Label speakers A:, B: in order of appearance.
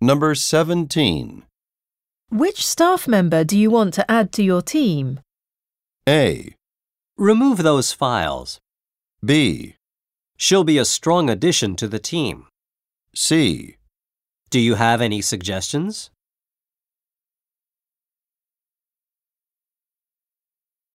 A: Number 17.
B: Which staff member do you want to add to your team?
A: A.
C: Remove those files.
A: B.
C: She'll be a strong addition to the team.
A: C.
C: Do you have any suggestions?